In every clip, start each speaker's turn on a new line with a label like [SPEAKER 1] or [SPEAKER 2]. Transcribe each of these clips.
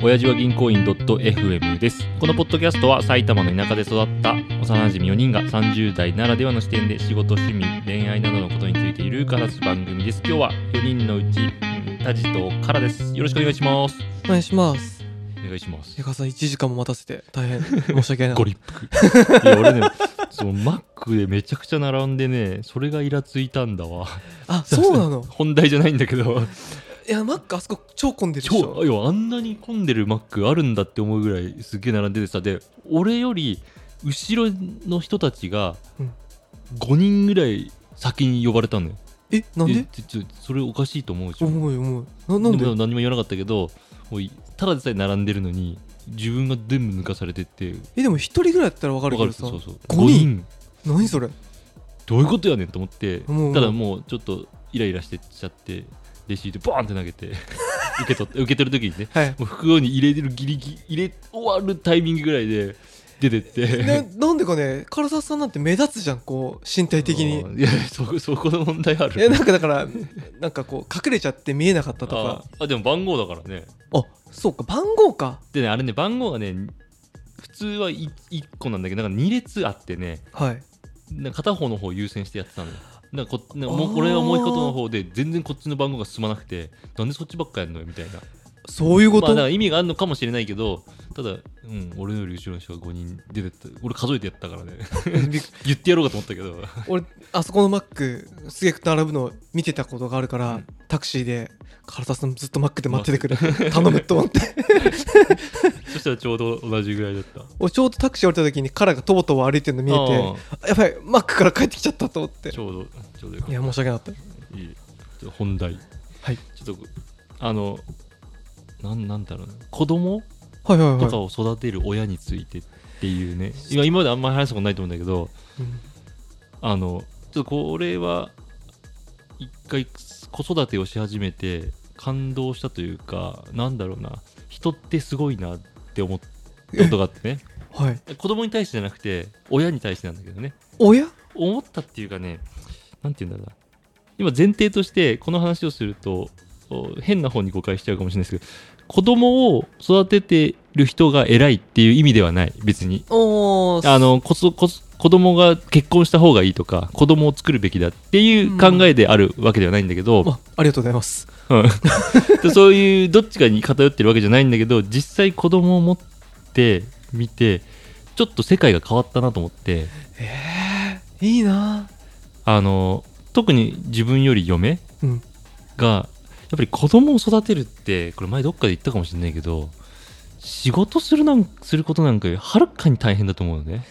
[SPEAKER 1] 親父は銀行員 .fm ですこのポッドキャストは埼玉の田舎で育った幼馴染4人が30代ならではの視点で仕事趣味恋愛などのことについているからす番組です今日は4人のうちうんタジとカラですよろしくお願いします
[SPEAKER 2] お願いします。
[SPEAKER 1] お願いします
[SPEAKER 2] 江川さん1時間も待たせて大変申し訳ない。
[SPEAKER 1] ご立腹 いや俺ねそのマックでめちゃくちゃ並んでねそれがイラついたんだわ
[SPEAKER 2] あ、そうなの。
[SPEAKER 1] 本題じゃないんだけど
[SPEAKER 2] いや、マックあそこ超混んでるでし
[SPEAKER 1] 超
[SPEAKER 2] ょ。
[SPEAKER 1] いやあんなに混んでるマックあるんだって思うぐらいすげえ並んでてさで俺より後ろの人たちが
[SPEAKER 2] うん
[SPEAKER 1] 5人ぐらい先に呼ばれたのよ、
[SPEAKER 2] え、なん
[SPEAKER 1] え
[SPEAKER 2] で
[SPEAKER 1] ちょちょそれおかしいと思うじゃん
[SPEAKER 2] 重い重い。ななんで
[SPEAKER 1] でも何も言わなかったけどおいただでさえ並んでるのに自分が全部抜かされてって
[SPEAKER 2] え、でも1人ぐらいやったらわかる
[SPEAKER 1] わ
[SPEAKER 2] け
[SPEAKER 1] か
[SPEAKER 2] ど
[SPEAKER 1] る
[SPEAKER 2] さ
[SPEAKER 1] そ。うそう
[SPEAKER 2] 五人
[SPEAKER 1] 五人
[SPEAKER 2] 何それ
[SPEAKER 1] どういうことやねんと思って
[SPEAKER 2] うん
[SPEAKER 1] ただもうちょっとイライラしてっちゃってレシートバーンって投げ て受け取って受け取る時にね
[SPEAKER 2] はい。
[SPEAKER 1] もう袋に入れてるギリギリ入れ終わるタイミングぐらいで出てって、
[SPEAKER 2] ね、なんでかね、唐沢さんなんて目立つじゃん、こう、身体的に。
[SPEAKER 1] うんいやそこそこの問題ある
[SPEAKER 2] え、なんかだから、なんかこう、隠れちゃって見えなかったと
[SPEAKER 1] あ
[SPEAKER 2] か。
[SPEAKER 1] あでも番号だからね
[SPEAKER 2] あ、そうか、番号か。
[SPEAKER 1] でねあれね番号がね普通は 1, 個なんだけどなんか2列あってね
[SPEAKER 2] はい。なん
[SPEAKER 1] なんか片方の方優先してやってたのよなんかこなんか
[SPEAKER 2] あ
[SPEAKER 1] も
[SPEAKER 2] ー
[SPEAKER 1] う俺はもう一方の方で全然こっちの番号が進まなくてなんでそっちばっかやんのよみたいな
[SPEAKER 2] そういうこ
[SPEAKER 1] まあ、だか
[SPEAKER 2] と
[SPEAKER 1] ら意味があるのかもしれないけどただ、うん、俺より後ろの人が5人出てった俺数えてやったからね
[SPEAKER 2] びっ
[SPEAKER 1] 言ってやろうかと思ったけど
[SPEAKER 2] 俺あそこのマックすげえ並ぶの見てたことがあるから、タクシーで「唐沢さんずっとマックで待っててくれ 頼む」と思って
[SPEAKER 1] そしたらちょうど同じぐらいだった。
[SPEAKER 2] 俺ちょうどタクシー降りた時にカラがとぼとぼ歩いてるの見 えてやばいマックから帰ってきちゃったと思って
[SPEAKER 1] ちょうど、ちょうどよか
[SPEAKER 2] い
[SPEAKER 1] っ。
[SPEAKER 2] や申し訳なかった
[SPEAKER 1] いいちょ本題。
[SPEAKER 2] はい
[SPEAKER 1] ちょっと、あの、なんなんだろうな、子供
[SPEAKER 2] たはいはい
[SPEAKER 1] と
[SPEAKER 2] はい
[SPEAKER 1] かを育てる親についてっていうね、今今まであんまり話したことないと思うんだけど、
[SPEAKER 2] うん
[SPEAKER 1] あの、ちょっとこれは、一回子育てをし始めて、感動したというか、なんだろうな、人ってすごいなって思ったことがあってね、
[SPEAKER 2] はい
[SPEAKER 1] 子供に対してじゃなくて、親に対してなんだけどね。
[SPEAKER 2] 親
[SPEAKER 1] 思ったっていうかね、なんて言うんだろうな。今前提としてこの話をするとお変な方に誤解しちゃうかもしれないですけど、子供を育ててる人が偉いっていう意味ではない、別に。
[SPEAKER 2] おー
[SPEAKER 1] あのこそこそ子供が結婚した方がいいとか子供を作るべきだっていう考えであるわけではないんだけど、
[SPEAKER 2] あありがとうございます
[SPEAKER 1] うんそういうどっちかに偏ってるわけじゃないんだけど実際子供を持ってみてちょっと世界が変わったなと思って
[SPEAKER 2] えー、いいな
[SPEAKER 1] あの特に自分より嫁、
[SPEAKER 2] うん
[SPEAKER 1] がやっぱり子供を育てるってこれ前どっかで言ったかもしれないけど仕事するなんすることなんかよりはるかに大変だと思うのね、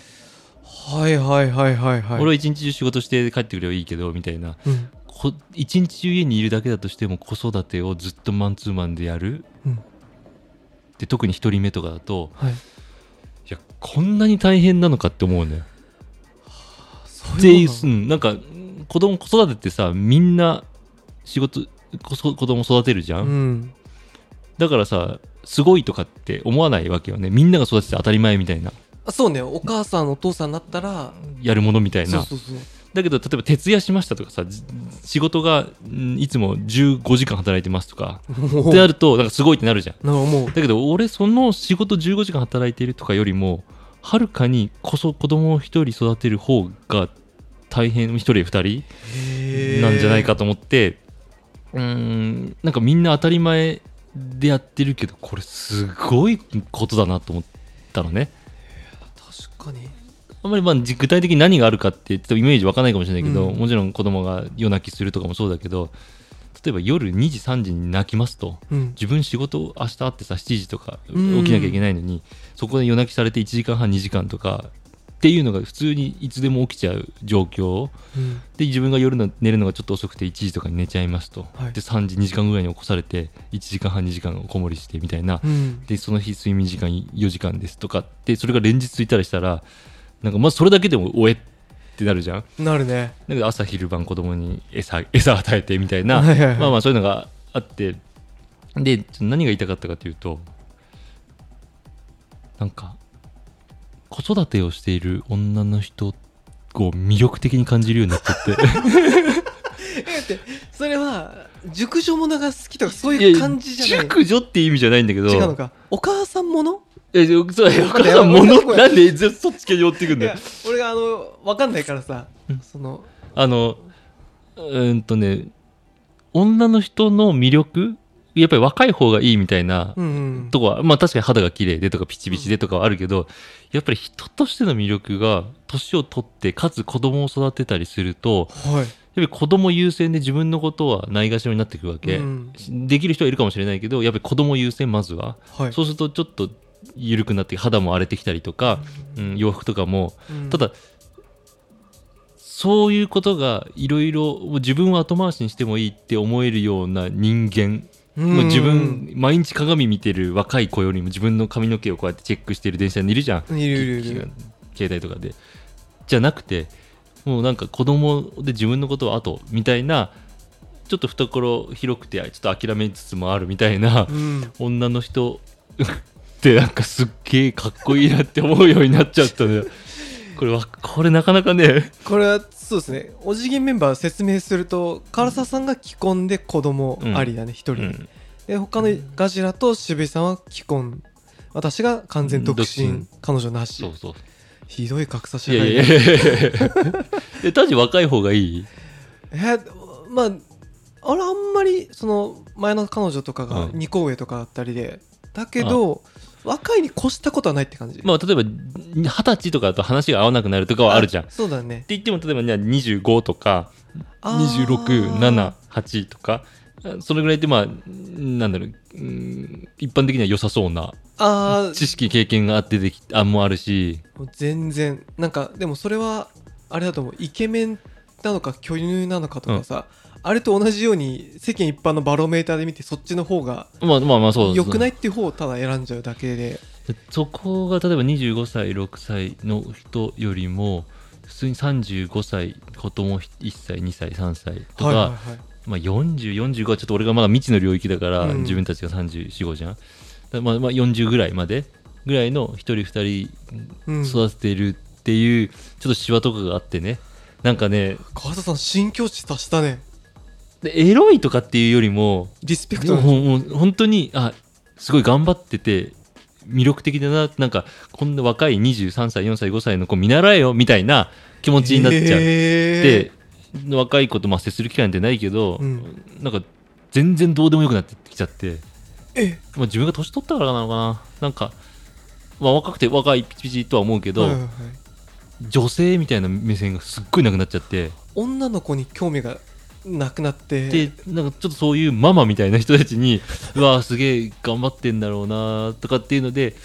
[SPEAKER 2] はいはいはいはいはい
[SPEAKER 1] 俺は一日中仕事して帰ってくればいいけどみたいな
[SPEAKER 2] うん
[SPEAKER 1] こ一日中家にいるだけだとしても子育てをずっとマンツーマンでやる、
[SPEAKER 2] うん
[SPEAKER 1] で特に一人目とかだと
[SPEAKER 2] はい
[SPEAKER 1] いやこんなに大変なのかって思うのよ
[SPEAKER 2] そう
[SPEAKER 1] で
[SPEAKER 2] いうもんな
[SPEAKER 1] う
[SPEAKER 2] の
[SPEAKER 1] んなんか子供子育てってさみんな仕事こそ子供育てるじゃん、
[SPEAKER 2] うん
[SPEAKER 1] だからさすごいとかって思わないわけよねみんなが育てて当たり前みたいな
[SPEAKER 2] あそうねお母さんお父さんになったら
[SPEAKER 1] やるものみたいな
[SPEAKER 2] そうそうそう
[SPEAKER 1] だけど例えば徹夜しましたとかさじ仕事がんいつも15時間働いてますとか
[SPEAKER 2] も
[SPEAKER 1] っ
[SPEAKER 2] う
[SPEAKER 1] てなるとなんかすごいってなるじゃん
[SPEAKER 2] なんかもう
[SPEAKER 1] だけど俺その仕事15時間働いてるとかよりもはるかにこそ子供を一人育てる方が大変一人二人なんじゃないかと思って、うーんなんかみんな当たり前でやってるけどこれすごいことだなと思ったのね
[SPEAKER 2] 確かに
[SPEAKER 1] あんまりまあじ具体的に何があるかってちょっとイメージわかんないかもしれないけど、
[SPEAKER 2] うん
[SPEAKER 1] もちろん子供が夜泣きするとかもそうだけど例えば夜2時3時に泣きますと
[SPEAKER 2] うん
[SPEAKER 1] 自分仕事明日あってさ7時とか起
[SPEAKER 2] うん
[SPEAKER 1] きなきゃいけないのに、そこで夜泣きされて1時間半2時間とかっていうのが普通にいつでも起きちゃう状況
[SPEAKER 2] うん
[SPEAKER 1] で自分が夜の寝るのがちょっと遅くて1時とかに寝ちゃいますと、
[SPEAKER 2] はい
[SPEAKER 1] で3時2時間ぐらいに起こされて1時間半2時間おこもりしてみたいな、
[SPEAKER 2] うん
[SPEAKER 1] でその日睡眠時間4時間ですとかってそれが連日ついたりしたらなんかまあそれだけでもおえってなるじゃん
[SPEAKER 2] なるね
[SPEAKER 1] だけど朝昼晩子供に餌餌与えてみたいな
[SPEAKER 2] はいはいはい
[SPEAKER 1] まあまあそういうのがあってでちょっと何が言いたかったかというとなんか子育てをしている女の人を魅力的に感じるようになっちゃって
[SPEAKER 2] ってそれは熟女ものが好きとか そういう感じじゃない
[SPEAKER 1] 熟女っていう意味じゃないんだけど
[SPEAKER 2] 違うのかお母さんもの
[SPEAKER 1] えそうお母さん
[SPEAKER 2] ごめん
[SPEAKER 1] 物
[SPEAKER 2] ごめん
[SPEAKER 1] なんでずそっち系に寄ってくん
[SPEAKER 2] い
[SPEAKER 1] だよ
[SPEAKER 2] や俺があの分かんないからさ
[SPEAKER 1] うん
[SPEAKER 2] その
[SPEAKER 1] あのうーんとね女の人の魅力やっぱり若い方がいいみたいな
[SPEAKER 2] うんうん
[SPEAKER 1] とこは、まあ確かに肌が綺麗でとかピチピチでとかはあるけど、やっぱり人としての魅力が年を取ってかつ子供を育てたりすると
[SPEAKER 2] はい
[SPEAKER 1] やっぱり子供優先で自分のことはないがしろになってくるわけ、
[SPEAKER 2] うん
[SPEAKER 1] できる人はいるかもしれないけどやっぱり子供優先まずは、
[SPEAKER 2] はい
[SPEAKER 1] そうするとちょっと緩くなって肌も荒れてきたりとか、うん、洋服とかも
[SPEAKER 2] うん
[SPEAKER 1] ただそういうことがいろいろ自分を後回しにしてもいいって思えるような人間、
[SPEAKER 2] うん
[SPEAKER 1] もう自分毎日鏡見てる若い子よりも自分の髪の毛をこうやってチェックしてる電車にいるじゃん
[SPEAKER 2] いるいるいる
[SPEAKER 1] き携帯とかでじゃなくてもうなんか子供で自分のことは後みたいなちょっと懐広くてちょっと諦めつつもあるみたいな、
[SPEAKER 2] うん
[SPEAKER 1] 女の人 ってなんかすっげえかっこいいなって思うようになっちゃったのよこれはこれなかなかね
[SPEAKER 2] これはそうですねお辞儀メンバー説明すると唐沢さんが既婚で子供ありだね一、
[SPEAKER 1] う
[SPEAKER 2] 人
[SPEAKER 1] ん
[SPEAKER 2] で他のガジラと渋井さんは既婚私が完全独身、
[SPEAKER 1] うん独
[SPEAKER 2] 彼女なし
[SPEAKER 1] そうそう
[SPEAKER 2] ひどい格差社
[SPEAKER 1] いや
[SPEAKER 2] 会
[SPEAKER 1] いやいやえタジ若い方がいい
[SPEAKER 2] えーまあ俺あんまりその前の彼女とかが
[SPEAKER 1] うん
[SPEAKER 2] 2個上とかだったりで、だけど若いに越したことはないって感じ、
[SPEAKER 1] まあ例えば二十歳とかだと話が合わなくなるとかはあるじゃんって
[SPEAKER 2] そうだね
[SPEAKER 1] 言っても例えばね25とか
[SPEAKER 2] あー
[SPEAKER 1] 267とかそれぐらいでまあなんだろううん一般的には良さそうな
[SPEAKER 2] あー
[SPEAKER 1] 知識経験があってできあもあるし
[SPEAKER 2] もう全然なんかでもそれはあれだと思うイケメンなのか巨乳なのかとかさ、あれと同じように世間一般のバロメーターで見てそっちの方が
[SPEAKER 1] まあまあまあそう
[SPEAKER 2] 良くないいっていう方をただ選んじゃうだけで
[SPEAKER 1] でそこが例えば25歳6歳の人よりも普通に35歳子供1歳2歳3歳とか、
[SPEAKER 2] はいはいはい
[SPEAKER 1] まあ、4045はちょっと俺がまだ未知の領域だから、
[SPEAKER 2] うん
[SPEAKER 1] 自分たちが345じゃんだからまあ、まあ、40ぐらいまでぐらいの1人2
[SPEAKER 2] うん
[SPEAKER 1] 人育てているっていう、ちょっとシワとかがあってねなんかね
[SPEAKER 2] 川田さん新境地達したね
[SPEAKER 1] でエロいとかっていうよりも
[SPEAKER 2] リスペク
[SPEAKER 1] で
[SPEAKER 2] ト
[SPEAKER 1] も
[SPEAKER 2] な
[SPEAKER 1] ほんもう本当にあすごい頑張ってて魅力的だななんかこんな若い23歳4歳5歳の子見習えよみたいな気持ちになっちゃって、
[SPEAKER 2] へ
[SPEAKER 1] 若い子とまあ接する機会なんてないけど、
[SPEAKER 2] うん
[SPEAKER 1] なんか全然どうでもよくなってきちゃって、
[SPEAKER 2] ーえ
[SPEAKER 1] まあ、自分が年取ったからなのかななんか、まあ、若くて若いピチピチとは思うけど、
[SPEAKER 2] はいはいはい
[SPEAKER 1] 女性みたいな目線がすっごいなくなっちゃって。
[SPEAKER 2] 女の子に興味がなくなって
[SPEAKER 1] でなんかちょっとそういうママみたいな人たちに うわーすげえ頑張ってんだろうなーとかっていうので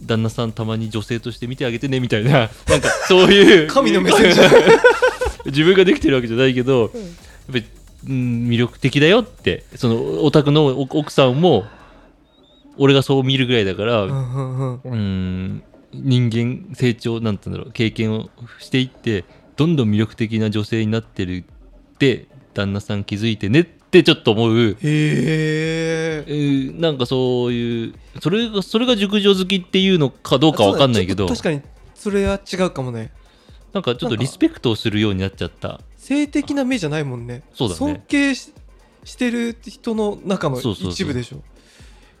[SPEAKER 1] 旦那さんたまに女性として見てあげてねみたいな なんかそういう
[SPEAKER 2] 神の目線じゃん
[SPEAKER 1] 自分ができてるわけじゃないけど、やっぱり、うん、魅力的だよってそのお宅のお奥さんも俺がそう見るぐらいだから、
[SPEAKER 2] うんうんうん
[SPEAKER 1] うん人間成長なんて言うんだろう経験をしていってどんどん魅力的な女性になってるって旦那さん気づいてねってちょっと思う、
[SPEAKER 2] へ
[SPEAKER 1] え
[SPEAKER 2] え
[SPEAKER 1] ーなんかそういうそれがそれが熟女好きっていうのかどうかわかんないけど
[SPEAKER 2] 確かにそれは違うかもね
[SPEAKER 1] なんかちょっと
[SPEAKER 2] なんか
[SPEAKER 1] リスペクトをするようになっちゃった
[SPEAKER 2] 性的な目じゃないもんね
[SPEAKER 1] そうだね
[SPEAKER 2] 尊敬ししてる人の中の
[SPEAKER 1] そうそうそう
[SPEAKER 2] 一部でしょ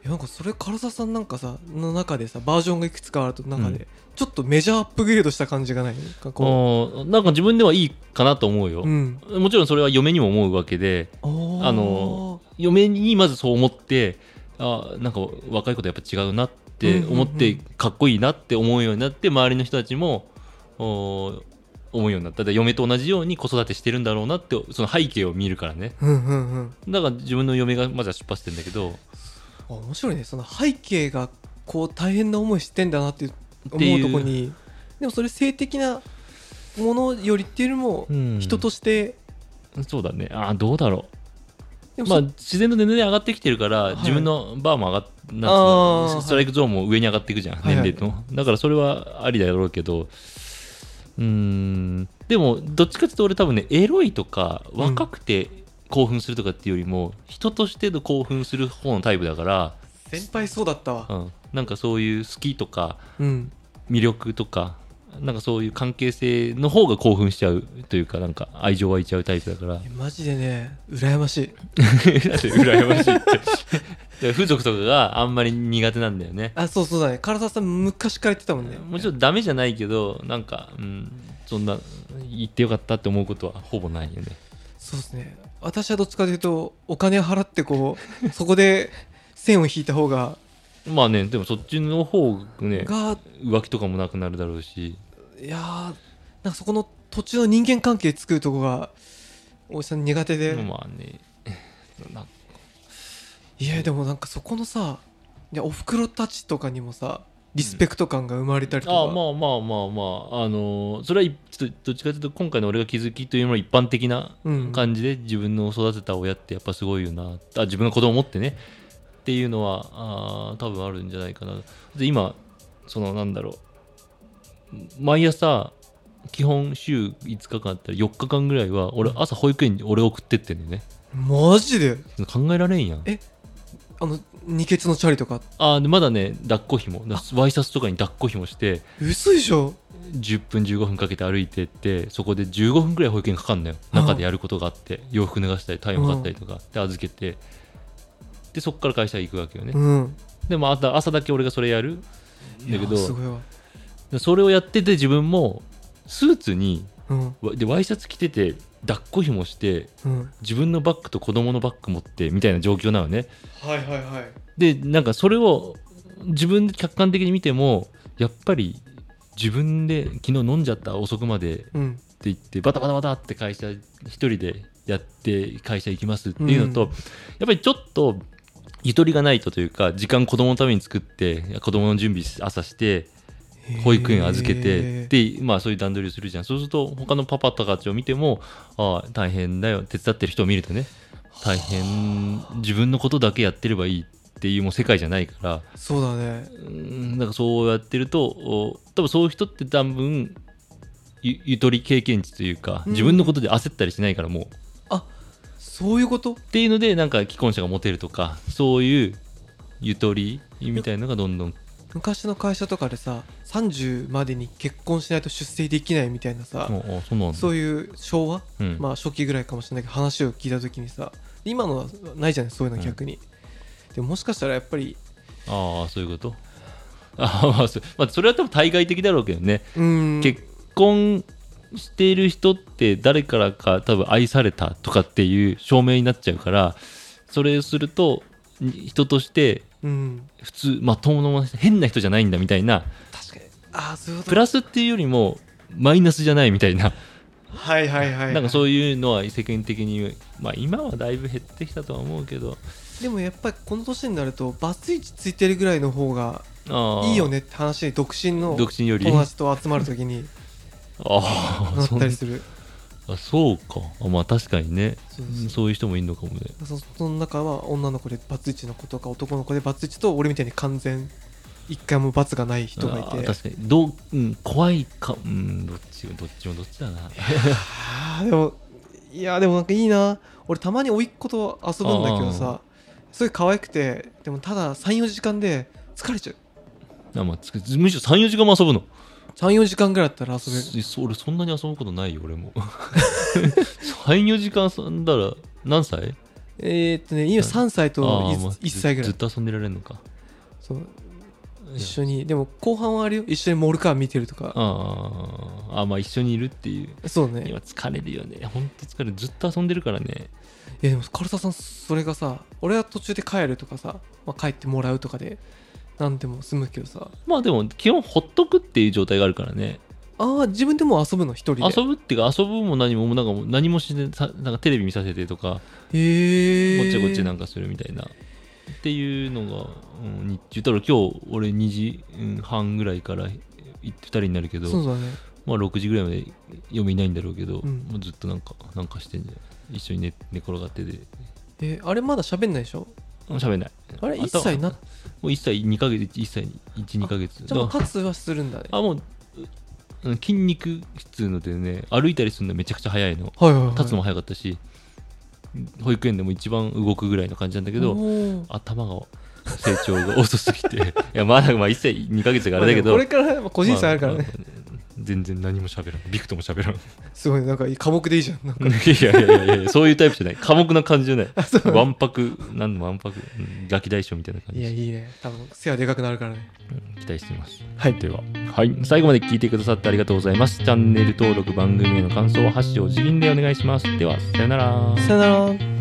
[SPEAKER 2] いやなんかそれ唐沢さんなんかさの中でさバージョンがいくつかあると中で、
[SPEAKER 1] うん
[SPEAKER 2] ちょっとメジャーアップグレードした感じがないなんかこ
[SPEAKER 1] あーなんか自分ではいいかなと思うよ
[SPEAKER 2] う、うん、
[SPEAKER 1] もちろんそれは嫁にも思うわけで
[SPEAKER 2] あ
[SPEAKER 1] あの嫁にまずそう思ってあなんか若い子とやっぱ違うなって思っ
[SPEAKER 2] うん
[SPEAKER 1] て
[SPEAKER 2] うん
[SPEAKER 1] かっこいいなって思うようになって周りの人たちもお思うようになっただから嫁と同じように子育てしてるんだろうなってその背景を見るからね
[SPEAKER 2] うんうんうん
[SPEAKER 1] だから自分の嫁がまずは出発してんだけど
[SPEAKER 2] あ面白いねその背景がこう大変な思いしてんだなっていう
[SPEAKER 1] て
[SPEAKER 2] 思
[SPEAKER 1] いう
[SPEAKER 2] うとこにでもそれ性的なものよりっていうよりも、
[SPEAKER 1] うん
[SPEAKER 2] 人として
[SPEAKER 1] そうだねあーどうだろ
[SPEAKER 2] で
[SPEAKER 1] う
[SPEAKER 2] も
[SPEAKER 1] まあ
[SPEAKER 2] そ、
[SPEAKER 1] 自然と年齢上がってきてるから、
[SPEAKER 2] い
[SPEAKER 1] 自分のバーも上がっなんつう
[SPEAKER 2] あー
[SPEAKER 1] のストライクゾーンも上に上がっていくじゃん、
[SPEAKER 2] はいはい
[SPEAKER 1] 年齢のだからそれはありだろうけどうーんでもどっちかっていうと俺多分ねエロいとか
[SPEAKER 2] ん
[SPEAKER 1] 若くて興奮するとかっていうよりも、人としての興奮する方のタイプだか
[SPEAKER 2] 先輩そうだったわ
[SPEAKER 1] ら、うん、なんかそういう好きとか
[SPEAKER 2] うん
[SPEAKER 1] 魅力とかなんかそういう関係性の方が興奮しちゃうというかなんか愛情湧いちゃうタイプだからだ
[SPEAKER 2] えマジでね羨ましい
[SPEAKER 1] って羨ましいってだから風俗とかがあんまり苦手なんだよね
[SPEAKER 2] あそうそうだね唐沢さん昔から言ってたもんね
[SPEAKER 1] もちろんダメじゃないけどなんか、うん、そんな言ってよかったって思うことはほぼないよね
[SPEAKER 2] そうですね私はどっちかというとお金払ってこう そこで線を引いた方が
[SPEAKER 1] まあねでもそっちの方がね
[SPEAKER 2] が
[SPEAKER 1] 浮気とかもなくなるだろうし
[SPEAKER 2] いやーなんかそこの途中の人間関係作るとこがおじさん苦手で、
[SPEAKER 1] まあねない
[SPEAKER 2] やでもなんかそこのさいやおふくろたちとかにもさリスペクト感が生まれたりとか、
[SPEAKER 1] あまあまあまあまあ、あのーそれはいちょっとどっちかというと今回の俺が気づきというのは一般的な
[SPEAKER 2] うん
[SPEAKER 1] 感じで自分の育てた親ってやっぱすごいよなあ自分の子供を持ってねっていうのはあー多分あるんじゃないかなで今そのなんだろう毎朝基本週5日間あったら4日間ぐらいは俺朝保育園に俺送ってってんだよね
[SPEAKER 2] マジで
[SPEAKER 1] 考えられんやん
[SPEAKER 2] えあの二欠のチャリとか
[SPEAKER 1] あーでまだね抱っこひもワイシャツとかに抱っこひもして
[SPEAKER 2] 嘘でしょ
[SPEAKER 1] 10分15分かけて歩いてってそこで15分ぐらい保育園かかんのよ
[SPEAKER 2] うん
[SPEAKER 1] 中でやることがあって洋服脱がしたりタイム買ったりとかで預けてでそっから会社行くわけよね
[SPEAKER 2] うん
[SPEAKER 1] でも朝朝だけ俺がそれやるんだけ
[SPEAKER 2] いやす
[SPEAKER 1] ど
[SPEAKER 2] ごいわ
[SPEAKER 1] それをやってて自分もスーツに
[SPEAKER 2] うん
[SPEAKER 1] わでワイシャツ着てて抱っこひもして
[SPEAKER 2] うん
[SPEAKER 1] 自分のバッグと子供のバッグ持ってみたいな状況なのね
[SPEAKER 2] はいはいはい
[SPEAKER 1] でなんかそれを自分で客観的に見てもやっぱり自分で昨日飲んじゃった遅くまで
[SPEAKER 2] うん
[SPEAKER 1] って言ってバタバタバタって会社一人でやって会社行きますっていうのと、
[SPEAKER 2] うん
[SPEAKER 1] やっぱりちょっとゆとりがないとというか時間子供のために作って子供の準備朝して保育園預けて
[SPEAKER 2] へー
[SPEAKER 1] で、まあ、そういう段取りをするじゃんそうすると他のパパとかたちを見てもああ大変だよ手伝ってる人を見るとね大変自分のことだけやってればいいっていうもう世界じゃないから
[SPEAKER 2] そうだね
[SPEAKER 1] うんなんかそうやってるとお多分そういう人って多分ゆゆとり経験値というか
[SPEAKER 2] うん
[SPEAKER 1] 自分のことで焦ったりしないからもう、っ
[SPEAKER 2] あそういうこと
[SPEAKER 1] ていうのでなんか既婚者がモテるとかそういうゆとりみたいなのがどんどん
[SPEAKER 2] 昔の会社とかでさ30までに結婚しないと出世できないみたいなさ、
[SPEAKER 1] もうあそうなんだ
[SPEAKER 2] そういう昭和、
[SPEAKER 1] うん
[SPEAKER 2] まあ初期ぐらいかもしれないけど話を聞いた時にさ今のはないじゃないそういうの逆に、でももしかしたらやっぱり
[SPEAKER 1] ああそういうこと ああ、まあそまあ、それは多分対外的だろうけどね、
[SPEAKER 2] うーん
[SPEAKER 1] 結婚している人って誰からか多分愛されたとかっていう証明になっちゃうからそれをするとに人として
[SPEAKER 2] うん
[SPEAKER 1] 普通まともな変な人じゃないんだみたいな
[SPEAKER 2] 確かにああそういうこと
[SPEAKER 1] プラスっていうよりもマイナスじゃないみたいな
[SPEAKER 2] はいはいはい、
[SPEAKER 1] なんかそういうのは世間的にまあ今はだいぶ減ってきたとは思うけど
[SPEAKER 2] でもやっぱりこの年になるとバツイチついてるぐらいの方が
[SPEAKER 1] あー
[SPEAKER 2] いいよねって話に独身の
[SPEAKER 1] 独身より
[SPEAKER 2] 友達と集まる時に
[SPEAKER 1] あ
[SPEAKER 2] な
[SPEAKER 1] ー
[SPEAKER 2] っ
[SPEAKER 1] そん
[SPEAKER 2] たりする
[SPEAKER 1] あそうかあまあ確かにね
[SPEAKER 2] そう
[SPEAKER 1] う
[SPEAKER 2] そうん
[SPEAKER 1] そういう人もいるのかもね
[SPEAKER 2] そその中は女の子でバツイチの子とか男の子でバツイチと俺みたいに完全一回も罰がない人がい
[SPEAKER 1] あー
[SPEAKER 2] て
[SPEAKER 1] 確かにどう、うん、怖いかうんどっちどっちもどっちだ な
[SPEAKER 2] あーでもいやでもなんかいいな俺たまに甥っ子と遊ぶんだけどさすごい可愛くてでもただ34時間で疲れちゃう
[SPEAKER 1] あ、まあ、つむしろ34時間も遊ぶの
[SPEAKER 2] 34時間ぐらいだったら遊べる
[SPEAKER 1] そそ俺そんなに遊ぶことないよ俺も34時間遊んだら何歳
[SPEAKER 2] えーっとね今3歳と
[SPEAKER 1] あーまあ
[SPEAKER 2] 1歳ぐら
[SPEAKER 1] ず
[SPEAKER 2] い
[SPEAKER 1] ずっと遊んでられるのか
[SPEAKER 2] そう
[SPEAKER 1] いや
[SPEAKER 2] 一緒にでも後半はあれよ一緒にモルカー見てるとか
[SPEAKER 1] あーあまあ一緒にいるっていう
[SPEAKER 2] そうねい
[SPEAKER 1] 今疲れるよねほんと疲れるずっと遊んでるからね
[SPEAKER 2] やでも唐沢さんそれがさ俺は途中で帰るとかさ、まあ、帰ってもらうとかでなんでも済むけどさ
[SPEAKER 1] まあでも基本ほっとくっていう状態があるからね
[SPEAKER 2] ああ自分でも遊ぶの一人で
[SPEAKER 1] 遊ぶっていうか遊ぶも何ももうなんかもう何もしないさなんかテレビ見させてとか
[SPEAKER 2] へえ
[SPEAKER 1] こっちはこっちなんんかするみたいなっていうのが、うん、日中ただ今日俺2時うん半ぐらいから2人になるけど
[SPEAKER 2] そうだね
[SPEAKER 1] まあ6時ぐらいまで嫁いないんだろうけど、
[SPEAKER 2] うん
[SPEAKER 1] もうずっとなんかなんかしてんじゃん一緒に寝寝転がってて
[SPEAKER 2] えあれまだ喋んないでしょ
[SPEAKER 1] うん喋んない
[SPEAKER 2] あれ
[SPEAKER 1] 頭
[SPEAKER 2] 1歳になっ
[SPEAKER 1] もう1歳2ヶ月1歳12ヶ月
[SPEAKER 2] じゃあもう
[SPEAKER 1] だから
[SPEAKER 2] 勝つはするんだね
[SPEAKER 1] あもううん筋肉質のでね歩いたりするのめちゃくちゃ速いの
[SPEAKER 2] はいはいはい
[SPEAKER 1] 立つのも速かったし保育園でも一番動くぐらいの感じなんだけど
[SPEAKER 2] おー
[SPEAKER 1] 頭が成長 が遅すぎていやまだまあ1歳2ヶ月があれだけど
[SPEAKER 2] まあでもこれからまあ個人差あるからね、
[SPEAKER 1] まあまあ全然何も喋らんビクとも喋らん い
[SPEAKER 2] すごいなんか科目でいいじゃんなんか
[SPEAKER 1] やいやいやいやそういうタイプじゃない寡黙な感じじゃない
[SPEAKER 2] そう
[SPEAKER 1] わんぱくなんわんぱくうんガキ大将みたいな感
[SPEAKER 2] い
[SPEAKER 1] じ
[SPEAKER 2] やいいね多分背はでかくなるからね
[SPEAKER 1] 期待しています
[SPEAKER 2] はい
[SPEAKER 1] では、はい、最後まで聞いてくださってありがとうございますチャンネル登録番組への感想は「ハッシュお辞儀」でお願いしますではさよなら
[SPEAKER 2] さよなら